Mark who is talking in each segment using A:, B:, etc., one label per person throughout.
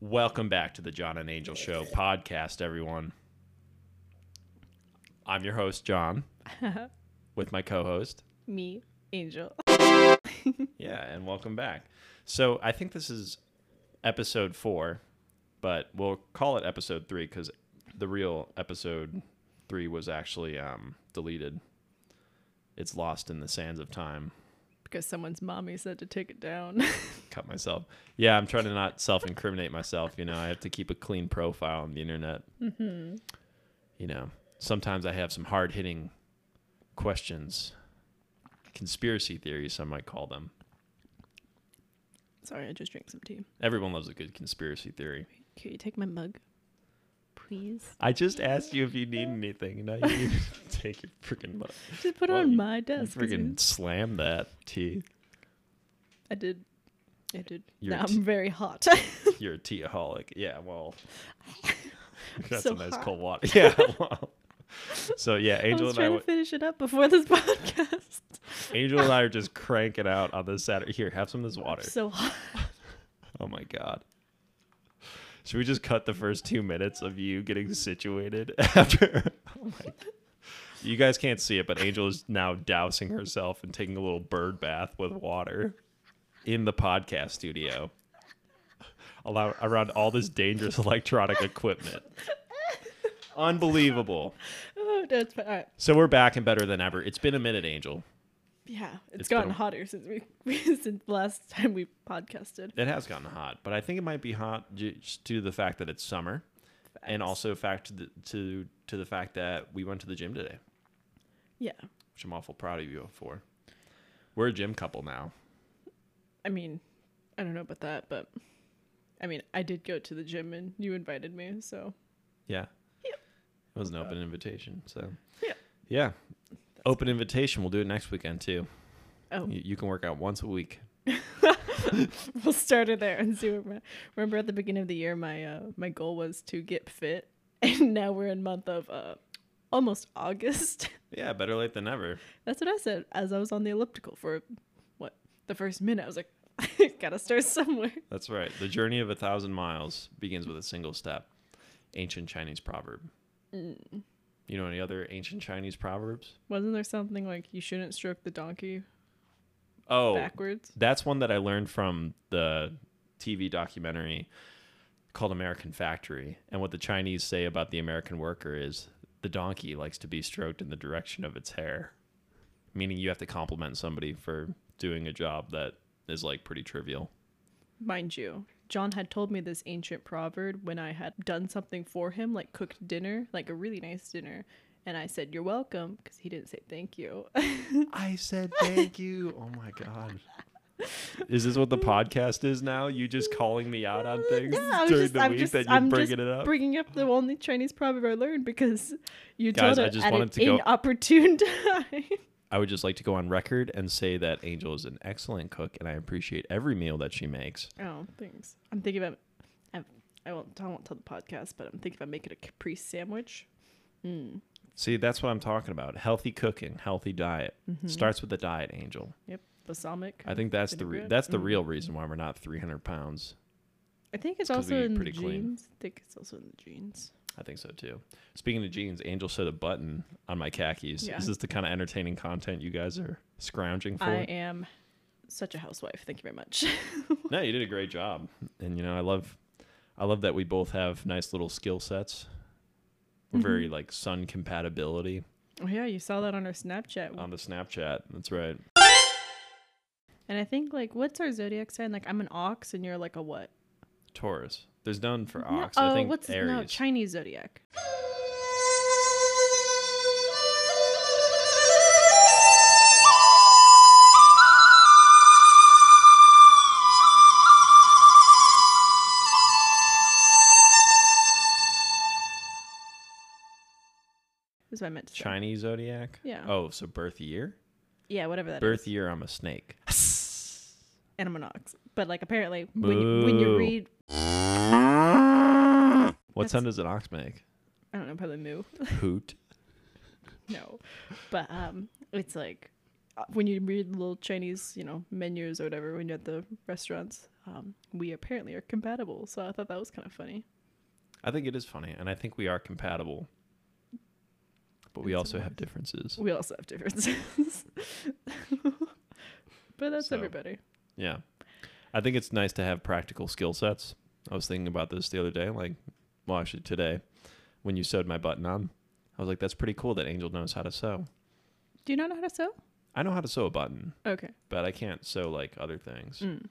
A: Welcome back to the John and Angel Show podcast, everyone. I'm your host, John, with my co host.
B: Me, Angel.
A: Yeah, and welcome back. So I think this is episode four, but we'll call it episode three because the real episode three was actually um, deleted. It's lost in the sands of time.
B: Because someone's mommy said to take it down.
A: Cut myself. Yeah, I'm trying to not self incriminate myself. You know, I have to keep a clean profile on the internet.
B: Mm-hmm.
A: You know, sometimes I have some hard hitting questions, conspiracy theories, some might call them.
B: Sorry, I just drank some tea.
A: Everyone loves a good conspiracy theory.
B: Can you take my mug? Please.
A: I just asked you if you need anything, and now you take your freaking mug.
B: Just put
A: Well,
B: it on
A: you-
B: my
A: You
B: desk. 'cause
A: freaking
B: you-
A: slam that tea.
B: I did. I did.
A: You're
B: now
A: t-
B: I'm very hot.
A: You're a teaholic. Yeah, well, that's
B: so
A: a nice
B: hot.
A: cold water. Yeah, well. So yeah,
B: I
A: Angel
B: was
A: and I,
B: trying
A: w-
B: to finish it up before this podcast.
A: Angel and I are just cranking out on this Saturday. Here, have some of this water.
B: So hot.
A: Oh my god. Should we just cut the first two minutes of you getting situated after? Oh my. You guys can't see it, but Angel is now dousing herself and taking a little bird bath with water in the podcast studio. Allow, around all this dangerous electronic equipment. Unbelievable.
B: Oh, no, it's fine. All right.
A: So we're back and better than ever. It's been a minute, Angel.
B: Yeah, it's,
A: It's been
B: gotten
A: a-
B: hotter since we since last time we podcasted.
A: It has gotten hot, but I think it might be hot ju- just due to the fact that it's summer, and also fact to, the, to to the fact that we went to the gym today,
B: Yeah,
A: which I'm awful proud of you for. We're a gym couple now.
B: I mean, I don't know about that, but I mean, I did go to the gym and you invited me, so
A: Yeah.
B: Yep.
A: It was an open invitation, so.
B: Yeah.
A: Yeah. Open invitation. We'll do it next weekend too.
B: oh,
A: You, you can work out once a week.
B: we'll start it there and see where. My, remember at the beginning of the year, my uh, my goal was to get fit, and now we're in month of uh, almost August.
A: Yeah, better late than never.
B: That's what I said as I was on the elliptical for what the first minute. I was like, gotta start somewhere.
A: That's right. The journey of a thousand miles begins with a single step. Ancient Chinese proverb. You know any other ancient Chinese proverbs?
B: Wasn't there something like you shouldn't stroke the donkey
A: Oh,
B: backwards?
A: that's one that I learned from the TV documentary called American Factory. And what the Chinese say about the American worker is the donkey likes to be stroked in the direction of its hair, meaning you have to compliment somebody for doing a job that is like pretty trivial.
B: Mind you, John had told me this ancient proverb when I had done something for him, like cooked dinner, like a really nice dinner. And I said, You're welcome, because he didn't say thank you.
A: I said thank you. Oh my God. Is this what the podcast is now? You just calling me out on things
B: I was
A: during
B: just-
A: the
B: I'm
A: week
B: just-
A: that you're
B: I'm just
A: bringing it up?
B: Bringing up the only Chinese proverb I learned because you
A: Guys,
B: told
A: I
B: it
A: just
B: at
A: wanted
B: an
A: to go-
B: inopportune time.
A: I would just like to go on record and say that Angel is an excellent cook, and I appreciate every meal that she makes.
B: oh, thanks. I'm thinking about. I, I won't. I won't tell the podcast, but I'm thinking about making a caprese sandwich. Mm.
A: See, that's what I'm talking about. Healthy cooking, healthy diet starts with the diet, Angel.
B: Yep, balsamic.
A: Mm-hmm. I think that's
B: Mm-hmm. Pretty
A: the re-
B: good. Mm-hmm.
A: that's the real reason why we're not 300 pounds.
B: I think it's
A: 'cause we
B: also
A: eat
B: in the
A: pretty clean.
B: jeans. I think it's also in the jeans.
A: I think so too. Speaking of jeans, Angel set a button on my khakis.
B: Yeah.
A: Is this the kind of entertaining content you guys are scrounging for?
B: I am such a housewife. Thank you very much.
A: no, you did a great job, and you know I love, I love that we both have nice little skill sets. We're
B: Mm-hmm.
A: very like sun compatibility.
B: oh yeah, you saw that on our Snapchat.
A: on the Snapchat. That's right.
B: and I think like, what's our zodiac sign? Like, I'm an ox, and you're like a what?
A: Taurus. There's none for
B: No,
A: ox. I
B: oh,
A: think
B: what's
A: Aries.
B: no Chinese zodiac? Is what I meant to say.
A: Chinese zodiac.
B: Yeah.
A: Oh, so birth year.
B: Yeah, whatever that is.
A: Birth year. I'm a snake.
B: And I'm an ox. But like apparently when you, when you
A: Moo.
B: read
A: What
B: That's-
A: sound does an ox make?
B: I don't know, probably moo.
A: Hoot.
B: no but um it's like uh, when you read little chinese you know menus or whatever when you're at the restaurants um, we apparently are compatible. So I thought that was kind of funny.
A: I think it is funny, and I think we are compatible, but we
B: It's
A: also have
B: amazing.
A: differences.
B: We also have differences, but that's
A: So.
B: everybody.
A: Yeah, I think it's nice to have practical skill sets. I was thinking about this the other day, like, well, actually today, when you sewed my button on, I was like, that's pretty cool that Angel knows how to sew.
B: Do you not know how to sew?
A: I know how to sew a button,
B: Okay.
A: but I can't sew like other things,
B: Mm.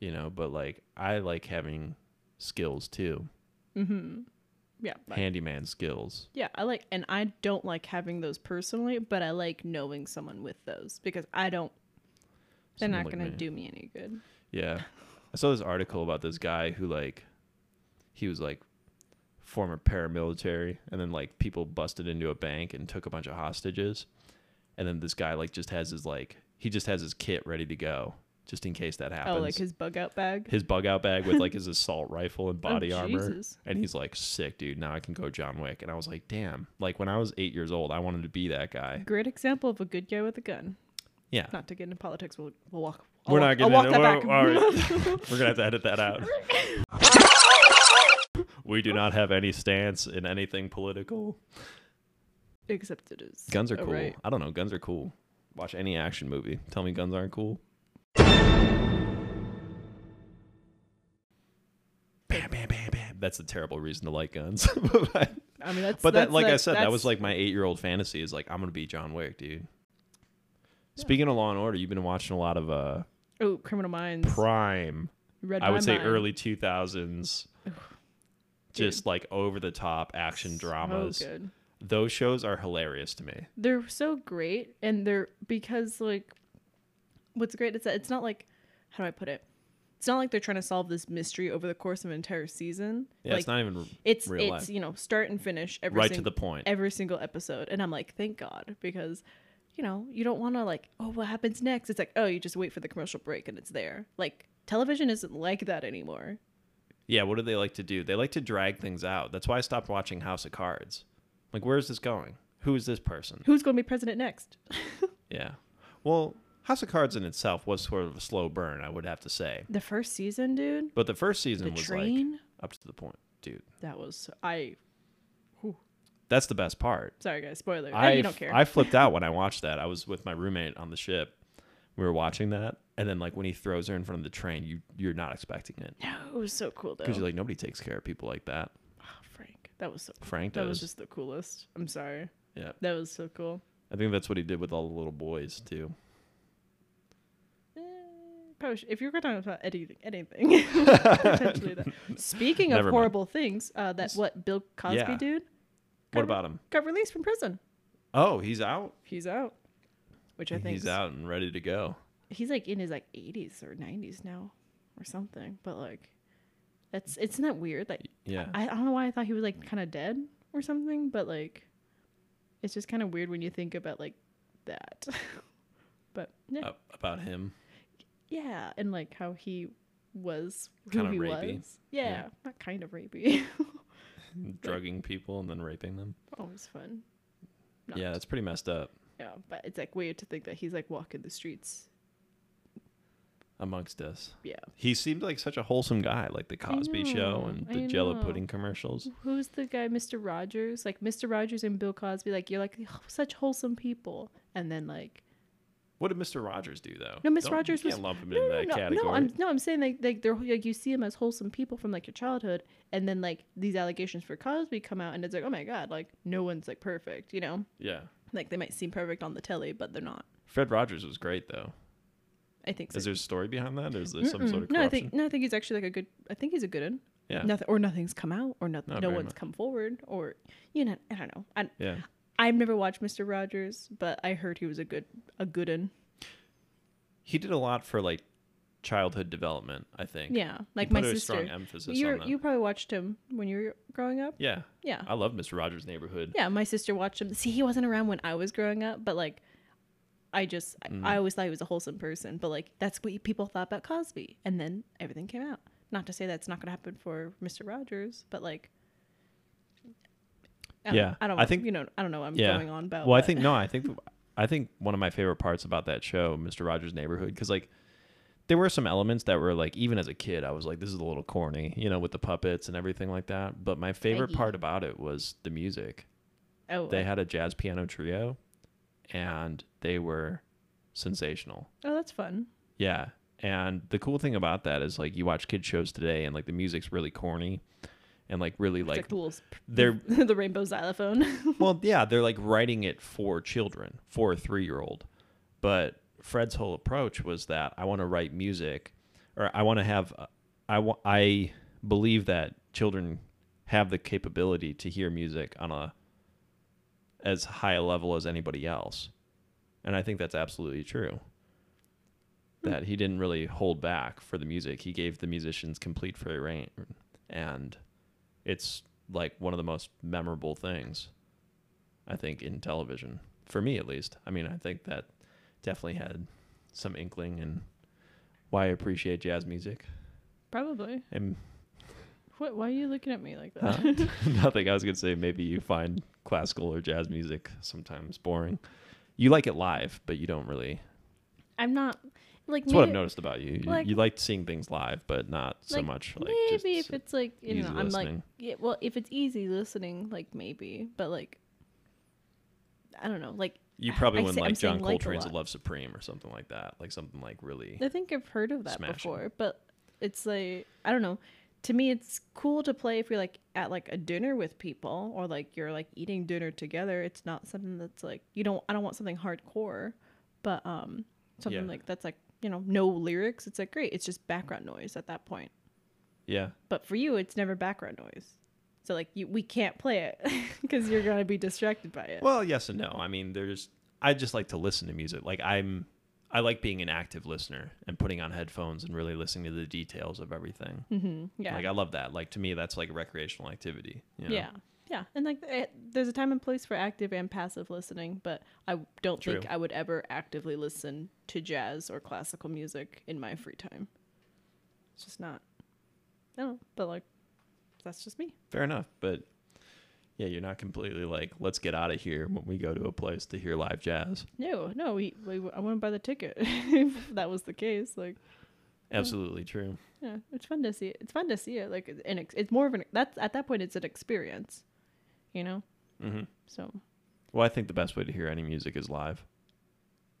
A: you know. But like, I like having skills too,
B: Hmm. Yeah. but-
A: handyman skills.
B: Yeah, I like, and I don't like having those personally, but I like knowing someone with those because I don't. They're
A: Someone
B: not
A: like
B: gonna
A: me.
B: do me any good.
A: Yeah. I saw this article about this guy who like he was like former paramilitary and then like people busted into a bank and took a bunch of hostages. And then this guy like just has his like he just has his kit ready to go just in case that happens.
B: Oh, like his bug out bag.
A: his bug out bag with like his assault rifle and
B: Oh,
A: body armor.
B: Jesus.
A: And he's like, sick, dude. Now I can go John Wick. And I was like, damn. Like when I was eight years old, I wanted to be that guy.
B: Great example of a good guy with a gun.
A: Yeah.
B: Not to get into politics, we'll, we'll walk. I'll
A: We're
B: walk-
A: not getting
B: I'll walk
A: into
B: that
A: whoa,
B: back.
A: all right. We're gonna have to edit that out. we do not have any stance in anything political.
B: Except it is.
A: Guns are
B: a
A: cool.
B: Oh, right.
A: I don't know. Guns are cool. Watch any action movie. Tell me guns aren't cool. Bam, bam, bam, bam. That's a terrible reason to like guns. but
B: I mean, that's.
A: but that,
B: that's-
A: like I
B: that's-
A: said, that was
B: that's-
A: like my eight-year-old fantasy. Is like I'm gonna be John Wick, dude. Speaking of Law and Order, you've been watching a lot of uh,
B: Oh, Criminal Minds.
A: Prime.
B: Read
A: I
B: my
A: would say
B: mind.
A: early 2000s. Just like over the top action dramas.
B: So good.
A: Those shows are hilarious to me.
B: they're so great and they're because like what's great is that it's not like how do i put it it's not like they're trying to solve this mystery over the course of an entire season
A: Yeah,
B: like
A: it's not even r-
B: it's,
A: real
B: it's,
A: life.
B: you know start and finish every
A: right to
B: sing-
A: the point.
B: every single episode and i'm like thank god because you know you don't want to like oh what happens next it's like oh you just wait for the commercial break and it's there like television isn't like that anymore
A: yeah, what do they like to do? They like to drag things out. That's why I stopped watching House of Cards. Like, where is this going? Who is this person?
B: who's going to be president next
A: Yeah. Well, House of Cards in itself was sort of a slow burn, I would have to say.
B: the first season dude
A: But the first season
B: the
A: was like
B: train
A: up to the point, dude.
B: that was i
A: That's the best part.
B: sorry guys spoiler
A: I
B: you
A: f-
B: don't care
A: I flipped out when I watched that. I was with my roommate on the ship. We were watching that, and then like when he throws her in front of the train, you you're not expecting it
B: No, it was so cool though.
A: because you're like nobody takes care of people like that.
B: oh, Frank, that was so.
A: Frank
B: That
A: does.
B: was just the coolest. I'm sorry.
A: yeah,
B: That was so cool.
A: I think that's what he did with all the little boys too.
B: Eh, Probably sh if you're going to talk about editing anything, potentially that. Speaking of
A: Never mind.
B: horrible things, uh, that what Bill Cosby
A: Yeah.
B: dude
A: What
B: Cover-
A: about him?
B: got released from prison.
A: Oh, he's out.
B: He's out, which I think
A: He's out and ready to go.
B: He's like in his like 80s or 90s now, or something. But like, that's isn't that weird? Like,
A: Yeah,
B: I, I don't know why I thought he was like kind of dead or something, but like, it's just kind of weird when you think about like that. but yeah,
A: Up- about him.
B: yeah, and like how he was who
A: Kinda
B: he
A: rapey.
B: was. Yeah, not kind of rapey.
A: drugging people and then raping them.
B: Always fun.
A: Yeah,
B: Not.
A: that's pretty messed up
B: yeah, but it's like weird to think that he's like walking the streets.
A: amongst us.
B: Yeah,
A: He seemed like such a wholesome guy, like the Cosby Show
B: know,
A: and
B: I
A: the Jello
B: know.
A: pudding commercials.
B: who's the guy, Mr. Rogers? Like Mr. Rogers and Bill Cosby. Like you're like such wholesome people, and then like
A: What did Mr. Rogers do though?
B: No, Miss
A: Don't-
B: Rogers
A: you
B: was
A: can't lump him
B: no,
A: into
B: no,
A: that
B: no,
A: category.
B: no. I'm no, I'm saying like like they're like you see them as wholesome people from like your childhood, and then like these allegations for Cosby come out, and it's like oh my god, like no one's like perfect, you know?
A: Yeah,
B: Like they might seem perfect on the telly, but they're not.
A: Fred Rogers was great though.
B: I think so.
A: Is there a story behind that? Is there some
B: Mm-mm.
A: sort of corruption?
B: no, I think no, I think he's actually like a good. I think he's a good one.
A: yeah,
B: Nothing or nothing's come out, or nothing.
A: Not
B: no
A: very
B: one's
A: much.
B: come forward, or you know, I don't know. I
A: yeah.
B: I've never watched Mister Rogers, but I heard he was a good a good one.
A: He did a lot for like childhood development. I think.
B: Yeah, like
A: he
B: my
A: put a
B: sister.
A: strong emphasis on
B: You
A: that.
B: you probably watched him when you were growing up.
A: yeah,
B: Yeah.
A: I love Mr. Rogers' Neighborhood.
B: Yeah, my sister watched him. See, he wasn't around when I was growing up, but like, I just I-
A: Mm.
B: I always thought he was a wholesome person. But like, that's what people thought about Cosby, and then everything came out. Not to say that's not going to happen for Mister Rogers, but like, I don't-
A: Yeah,
B: I don't.
A: I think-
B: you know. I don't know. What I'm
A: Yeah.
B: going on about.
A: Well, I
B: but-
A: think no, I think I think one of my favorite parts about that show, Mr. Rogers' Neighborhood, because like there were some elements that were like even as a kid I was like this is a little corny, you know, with the puppets and everything like that. But my favorite
B: Peggy.
A: part about it was the music.
B: Oh,
A: They had a jazz piano trio and they were sensational.
B: oh, that's fun.
A: Yeah. And the cool thing about that is like you watch kid shows today and like the music's really corny and like really
B: Like,
A: like
B: the wolves,
A: they're
B: the rainbow xylophone.
A: well, yeah, they're like writing it for children, for a three year old. But Fred's whole approach was that I want to write music, or I want to have, uh, I wa- I believe that children have the capability to hear music on a as high a level as anybody else, and I think that's absolutely true. That he didn't really hold back for the music; he gave the musicians complete free reign, and it's like one of the most memorable things I think, in television. For me, at least. I mean, I think that definitely had some inkling in why I appreciate jazz music.
B: Probably.
A: And
B: What? Why are you looking at me like that?
A: uh, nothing I was going to say, maybe you find classical or jazz music sometimes boring. You like it live, but you don't really.
B: I'm not like
A: That's what I've
B: maybe-
A: noticed about you. You,
B: like-
A: you like seeing things live, but not so
B: like,
A: much like just
B: maybe if
A: sit-
B: it's like you know
A: easy
B: I'm like
A: listening.
B: yeah, well if it's easy listening like maybe but like I don't know like
A: you
B: I-
A: probably
B: I
A: wouldn't
B: say- I'm
A: like John
B: saying like a
A: Coltrane's
B: lot.
A: "Love Supreme" or something like that, like something like really.
B: I think I've heard of that
A: Smashing.
B: before but it's like I don't know to me it's cool to play if you're like at like a dinner with people or like you're like eating dinner together it's not something that's like you don't I don't want something hardcore but um something
A: Yeah.
B: like that's like you know no lyrics it's like great it's just background noise at that point
A: Yeah,
B: but for you it's never background noise so like you, we can't play it because you're gonna be distracted by it
A: Well, yes and no. I mean, there's. I just like to listen to music. Like I'm, I like being an active listener and putting on headphones and really listening to the details of everything.
B: mm-hmm. yeah
A: Like I love that. Like to me, that's like recreational activity. you know?
B: yeah yeah and like it, there's a time and place for active and passive listening but i don't
A: True.
B: think i would ever actively listen to jazz or classical music in my free time it's just not i don't know but like that's just me
A: Fair enough, but yeah, you're not completely like let's get out of here when we go to a place to hear live jazz.
B: no no we, we i wouldn't buy the ticket if that was the case like Mm-hmm.
A: Absolutely true.
B: Yeah, it's fun to see it. It's fun to see it. Like it's an ex- it's more of an that's at that point it's an experience, you know.
A: hmm
B: So
A: Well, I think the best way to hear any music is live.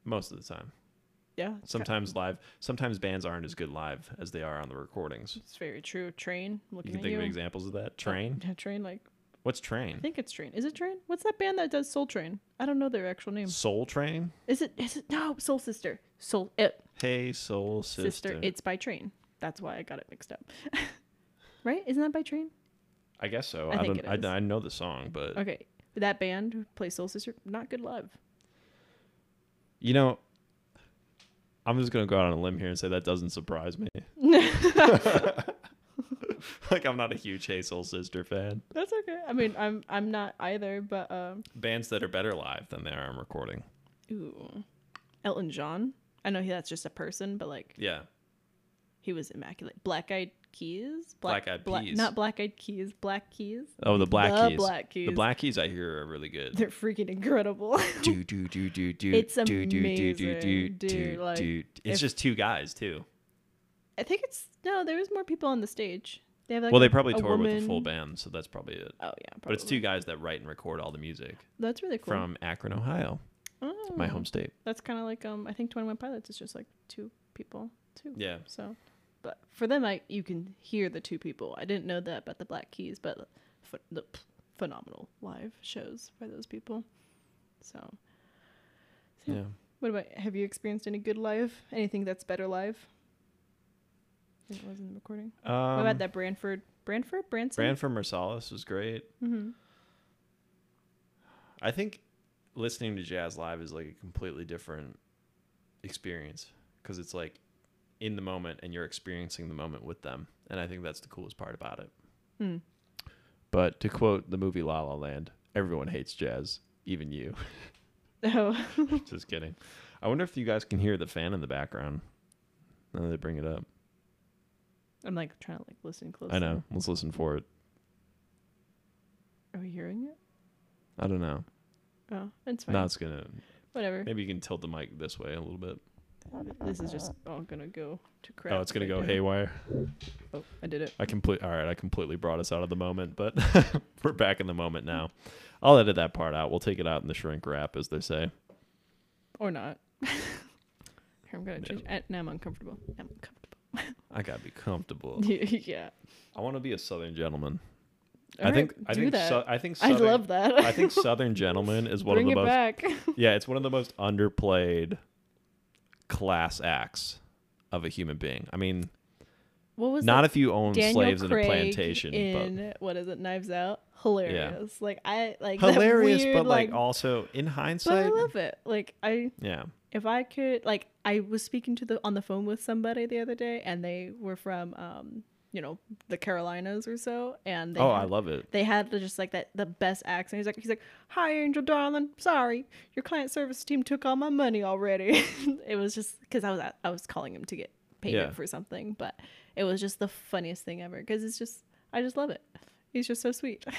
A: Most of the time.
B: yeah, it's ki-
A: Sometimes live. Sometimes bands aren't as good live as they are on the recordings.
B: it's very true. Train
A: You
B: looking
A: can
B: at
A: think
B: you.
A: of examples of that. Train.
B: Yeah, train. Like
A: What's
B: I
A: train?
B: think it's train. Is it train? What's that band that does Soul Train? I don't know their actual name.
A: Soul Train.
B: Is it? Is it? No, Soul Sister. Soul it,
A: Hey, soul sister.
B: sister. It's by train. That's why I got it mixed up. right? Isn't that by train?
A: I guess so.
B: I
A: I,
B: think
A: don't.
B: it is.
A: I, I know the song, but
B: Okay. That band who plays Soul Sister. Not good live.
A: you know, I'm just gonna go out on a limb here and say that doesn't surprise me. like I'm not a huge Hey Soul Sister fan.
B: That's okay. I mean, I'm I'm not either, but um.
A: Bands that are better live than they are on recording.
B: Ooh. Elton John. I know he, that's just a person, but like
A: Yeah,
B: he was immaculate. Black Eyed Keys.
A: Black Eyed Peas.
B: Not Black Eyed Keys. Black Keys.
A: Oh, the Black
B: The
A: Keys.
B: Black Keys.
A: The Black Keys I hear are really good.
B: They're freaking incredible.
A: do do do do do.
B: It's
A: do, do, do, do, do,
B: amazing, dude, like,
A: do. It's
B: if-
A: just two guys too.
B: I think it's no. There was more people on the stage. They have like
A: well,
B: a-
A: they probably
B: a
A: toured with
B: woman-
A: a full band, so that's probably it.
B: Oh yeah, probably.
A: But it's two guys that write and record all the music
B: That's really cool.
A: from Akron, Ohio,
B: Oh.
A: my home state.
B: That's kind of like um. I think Twenty One Pilots is just like two people too.
A: Yeah.
B: So, but for them, I you can hear the two people. I didn't know that about the Black Keys, but ph- the ph- phenomenal live shows by those people. So, so,
A: Yeah.
B: What about have you experienced any good live? Anything that's better live? Than it was in the recording.
A: Um,
B: what about that Branford? Branford? Branson?
A: Branford Marsalis was great.
B: Mm-hmm.
A: I think listening to jazz live is like a completely different experience because it's like in the moment and you're experiencing the moment with them, and I think that's the coolest part about it.
B: Hmm.
A: But to quote the movie La La Land, everyone hates jazz, even you.
B: Oh,
A: Just kidding. I wonder if you guys can hear the fan in the background. Now that they bring it up,
B: I'm like trying to like listen close.
A: I know. Let's listen for it.
B: Are we hearing it?
A: I don't know.
B: Oh, it's fine.
A: No, it's gonna.
B: Whatever.
A: Maybe you can tilt the mic this way a little bit.
B: This is just all gonna go to crap.
A: Oh, it's gonna
B: right
A: go
B: now.
A: haywire.
B: Oh, I did it.
A: I complete. All right, I completely brought us out of the moment, but we're back in the moment now. I'll edit that part out. We'll take it out in the shrink wrap, as they say.
B: Or not. Here, I'm gonna
A: Yeah.
B: change. and now I'm uncomfortable. Now I'm uncomfortable.
A: I gotta be comfortable.
B: yeah.
A: I want to be a southern gentleman.
B: All
A: I
B: right,
A: think. I
B: do
A: think.
B: that.
A: Sou- I think.
B: I
A: Southern-
B: love that.
A: I think southern gentleman is one
B: Bring
A: of the
B: it
A: most.
B: back.
A: Yeah, it's one of the most underplayed class acts of a human being. I mean,
B: What was
A: not
B: that
A: if you own
B: Daniel
A: slaves in a
B: Craig
A: plantation,
B: in what is it? Knives Out. Hilarious. Like I like
A: but hilarious.
B: That weird,
A: but like,
B: like
A: also in
B: but I
A: hindsight,
B: love it. Like I
A: yeah.
B: if I could like I was speaking to the on the phone with somebody the other day and they were from um you know the Carolinas or so and they
A: Oh,
B: had,
A: I love it.
B: they had the- just like that the best accent. He's like he's like, "Hi Angel darling, sorry. Your client service team took all my money already." it was just cuz I was I was calling him to get
A: Yeah.
B: payment for something, but it was just the funniest thing ever cuz it's just I just love it. He's just so sweet.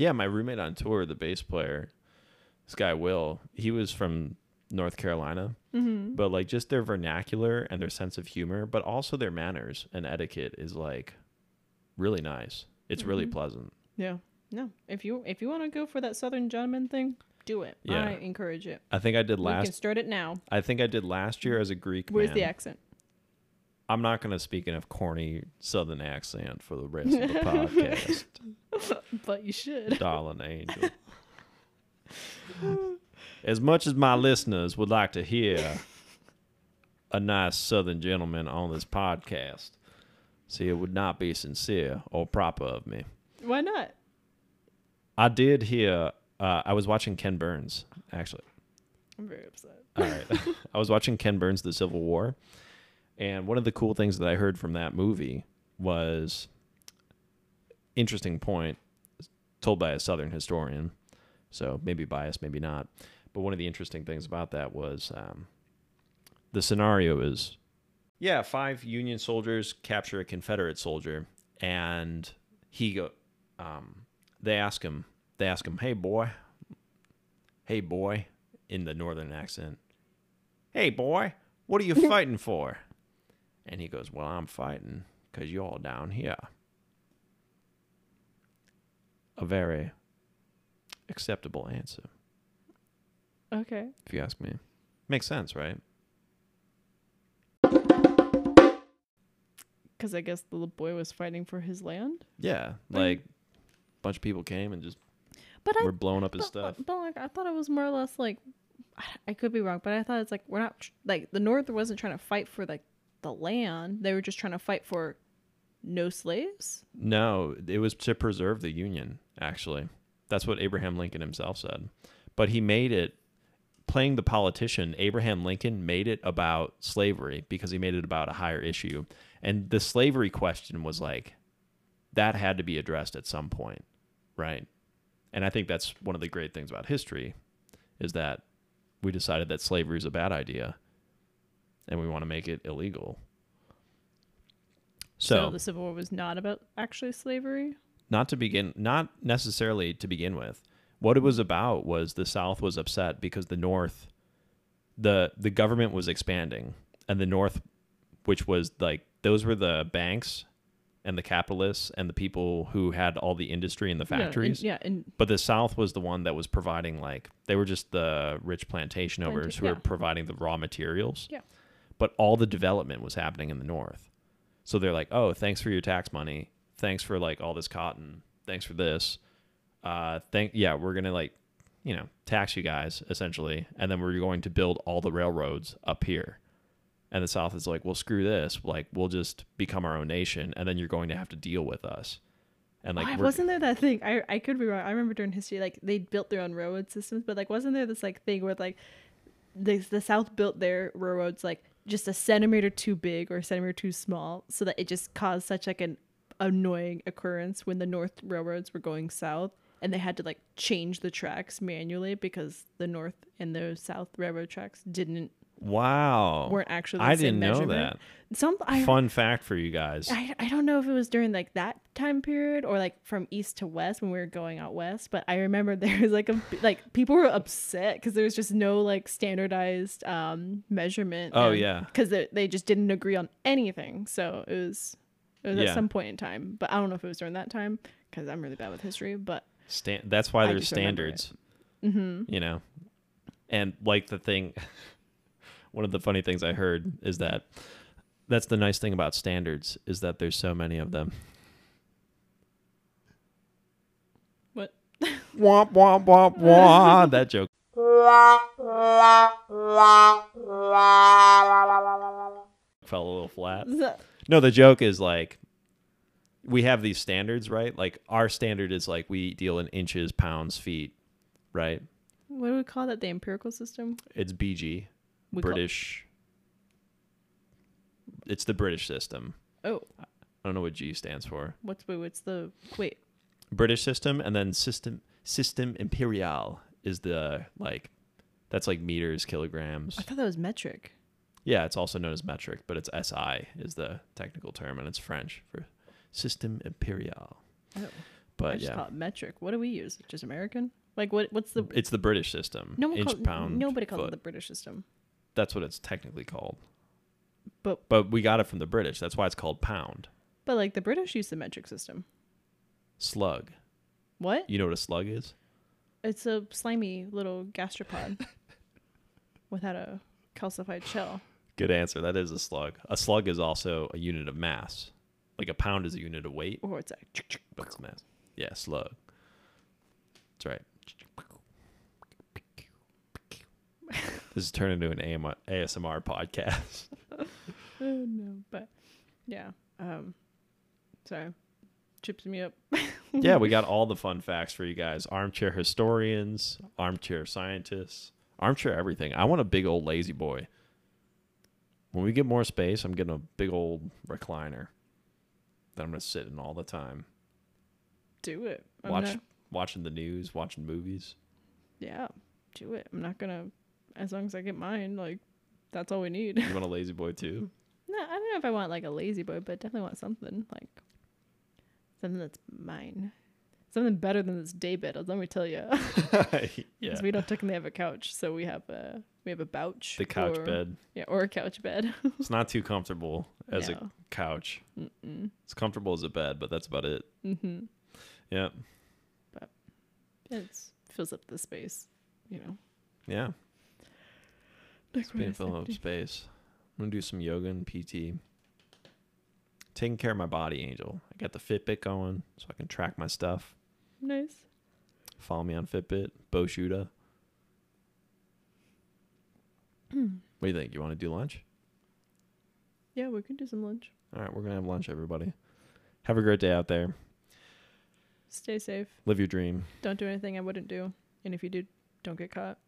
A: Yeah, my roommate on tour, the bass player, this guy Will, he was from North Carolina,
B: Mhm.
A: but like just their vernacular and their sense of humor, but also their manners and etiquette is like really nice. It's really
B: Mm-hmm.
A: pleasant.
B: Yeah. No. If you if you want to go for that southern gentleman thing, do it.
A: Yeah.
B: I encourage it.
A: I think I did
B: We can
A: last.
B: start it now.
A: I think I did last year as a Greek
B: Where's
A: man.
B: the accent?
A: I'm not going to speak in a corny Southern accent for the rest of the podcast,
B: But you should.
A: darling angel. As much as my listeners would like to hear a nice Southern gentleman on this podcast, see, it would not be sincere or proper of me.
B: Why not?
A: I did hear. Uh, I was watching Ken Burns actually.
B: I'm very upset.
A: All right. I was watching Ken Burns' The Civil War, and one of the cool things that I heard from that movie was interesting point told by a Southern historian. So maybe biased, maybe not. But one of the interesting things about that was um, the scenario is yeah, five Union soldiers capture a Confederate soldier, and he go. Um, they ask him. They ask him, "Hey boy, hey boy," in the Northern accent. Hey boy, what are you fighting for? And he goes, "Well, I'm fighting because you're all down here." A very acceptable answer,
B: Okay.
A: if you ask me. Makes sense, right?
B: Because I guess the little boy was fighting for his land.
A: Yeah, like a bunch of people came and just
B: But I.
A: were blowing up his
B: But,
A: stuff.
B: but, like, I thought it was more or less like, I, I could be wrong, but I thought it's like we're not tr- like the North wasn't trying to fight for like the land. They were just trying to fight for no slaves.
A: No, it was to preserve the Union, actually. That's what Abraham Lincoln himself said. But he made it, playing the politician, Abraham Lincoln made it about slavery because he made it about a higher issue. And the slavery question was like, that had to be addressed at some point, right? And I think that's one of the great things about history is that we decided that slavery is a bad idea and we want to make it illegal. So,
B: the Civil War was not about actually slavery.
A: not to begin not necessarily to begin with what it was about was the south was upset because the north the the government was expanding and the north which was like those were the banks and the capitalists and the people who had all the industry and the
B: Yeah, and-
A: factories
B: Yeah, and
A: but the south was the one that was providing like they were just the rich plantation owners
B: Planta-
A: who were
B: yeah.
A: providing the raw materials
B: Yeah.
A: but all the development was happening in the north so they're like oh thanks for your tax money thanks for like all this cotton thanks for this uh thank yeah we're gonna like you know tax you guys essentially and then we're going to build all the railroads up here and the south is like well screw this like we'll just become our own nation and then you're going to have to deal with us and like
B: Why
A: we're-
B: wasn't there that thing? I, I could be wrong. I remember during history, like they built their own railroad systems, but like wasn't there this like thing where like the the South built their railroads like just a centimeter too big or a centimeter too small, so that it just caused such like an annoying occurrence when the North railroads were going south, and they had to like change the tracks manually because the North and the South railroad tracks didn't
A: Wow.
B: weren't actually. The
A: I didn't
B: same
A: know
B: measurement. Some I,
A: Fun fact for you guys.
B: I I don't know if it was during like that time period or like from east to west when we were going out west, but I remember there was like a like people were upset because there was just no like standardized um measurement.
A: Oh, yeah.
B: because they, they just didn't agree on anything. So it was it was
A: Yeah.
B: at some point in time, but I don't know if it was during that time because I'm really bad with history. But
A: Stan- that's why
B: I
A: there's
B: just remember it.
A: standards. Mm-hmm. You know, and like the thing, one of the funny things I heard is that that's the nice thing about standards is that there's so many of them.
B: what
A: womp womp womp womp. that joke. Fell a little flat. No, the joke is like we have these standards, right? Like our standard is like we deal in inches, pounds, feet, right?
B: what do we call that? The empirical system.
A: It's BG,
B: We call-
A: British. It's the British system.
B: Oh,
A: I don't know what G stands for.
B: what's wait, what's the wait?
A: British system and then system system imperial is the like that's like meters, kilograms.
B: I thought that was metric.
A: Yeah, it's also known as metric, but it's SI is the technical term, and it's French for system imperial.
B: Oh, I
A: But
B: just
A: yeah,
B: call it metric. What do we use? Just American? Like what? What's the
A: it's the British system.
B: no one
A: inch
B: called
A: pound.
B: nobody called it
A: foot.
B: the British system.
A: That's what it's technically called.
B: But
A: But we got it from the British. That's why it's called pound.
B: but like the British use the metric system.
A: Slug.
B: What?
A: You know what a slug is?
B: It's a slimy little gastropod without a calcified shell.
A: Good answer. That is a slug. A slug is also a unit of mass. Like a pound is a unit of weight,
B: Or it's like
A: but it's mass. Yeah, slug. That's right. This is turning into an AM- ASMR podcast.
B: oh no, but yeah. Um, sorry, chips me up.
A: yeah, we got all the fun facts for you guys. Armchair historians, armchair scientists, armchair everything. I want a big old lazy boy. When we get more space, I'm getting a big old recliner that I'm going to sit in all the time.
B: Do it. I'm
A: Watch
B: not-
A: watching the news, watching movies.
B: yeah, do it. I'm not gonna. As long as I get mine, like that's all we need.
A: You want a lazy boy too?
B: No, I don't know if I want like a lazy boy, but definitely want something like something that's mine. Something better than this day bed. Let me tell you,
A: yeah.
B: we don't technically have a couch, so we have a we have a couch.
A: The couch
B: or-
A: bed.
B: Yeah, or a couch bed.
A: It's not too comfortable as a
B: No.
A: couch. It's comfortable as a bed, but that's about it.
B: mm-hmm.
A: Yeah.
B: It fills up the space, you know.
A: Yeah.
B: Like
A: It's
B: what
A: being
B: I said,
A: filling up
B: dude.
A: space. I'm gonna do some yoga and PT. Taking care of my body, Angel. I got the Fitbit going, so I can track my stuff.
B: Nice.
A: Follow me on Fitbit, Bo Shuda. What do you think? You want to do lunch?
B: Yeah, we can do some lunch.
A: All right, we're gonna have lunch, everybody. Have a great day out there.
B: Stay safe.
A: Live your dream.
B: Don't do anything I wouldn't do, and if you do, don't get caught.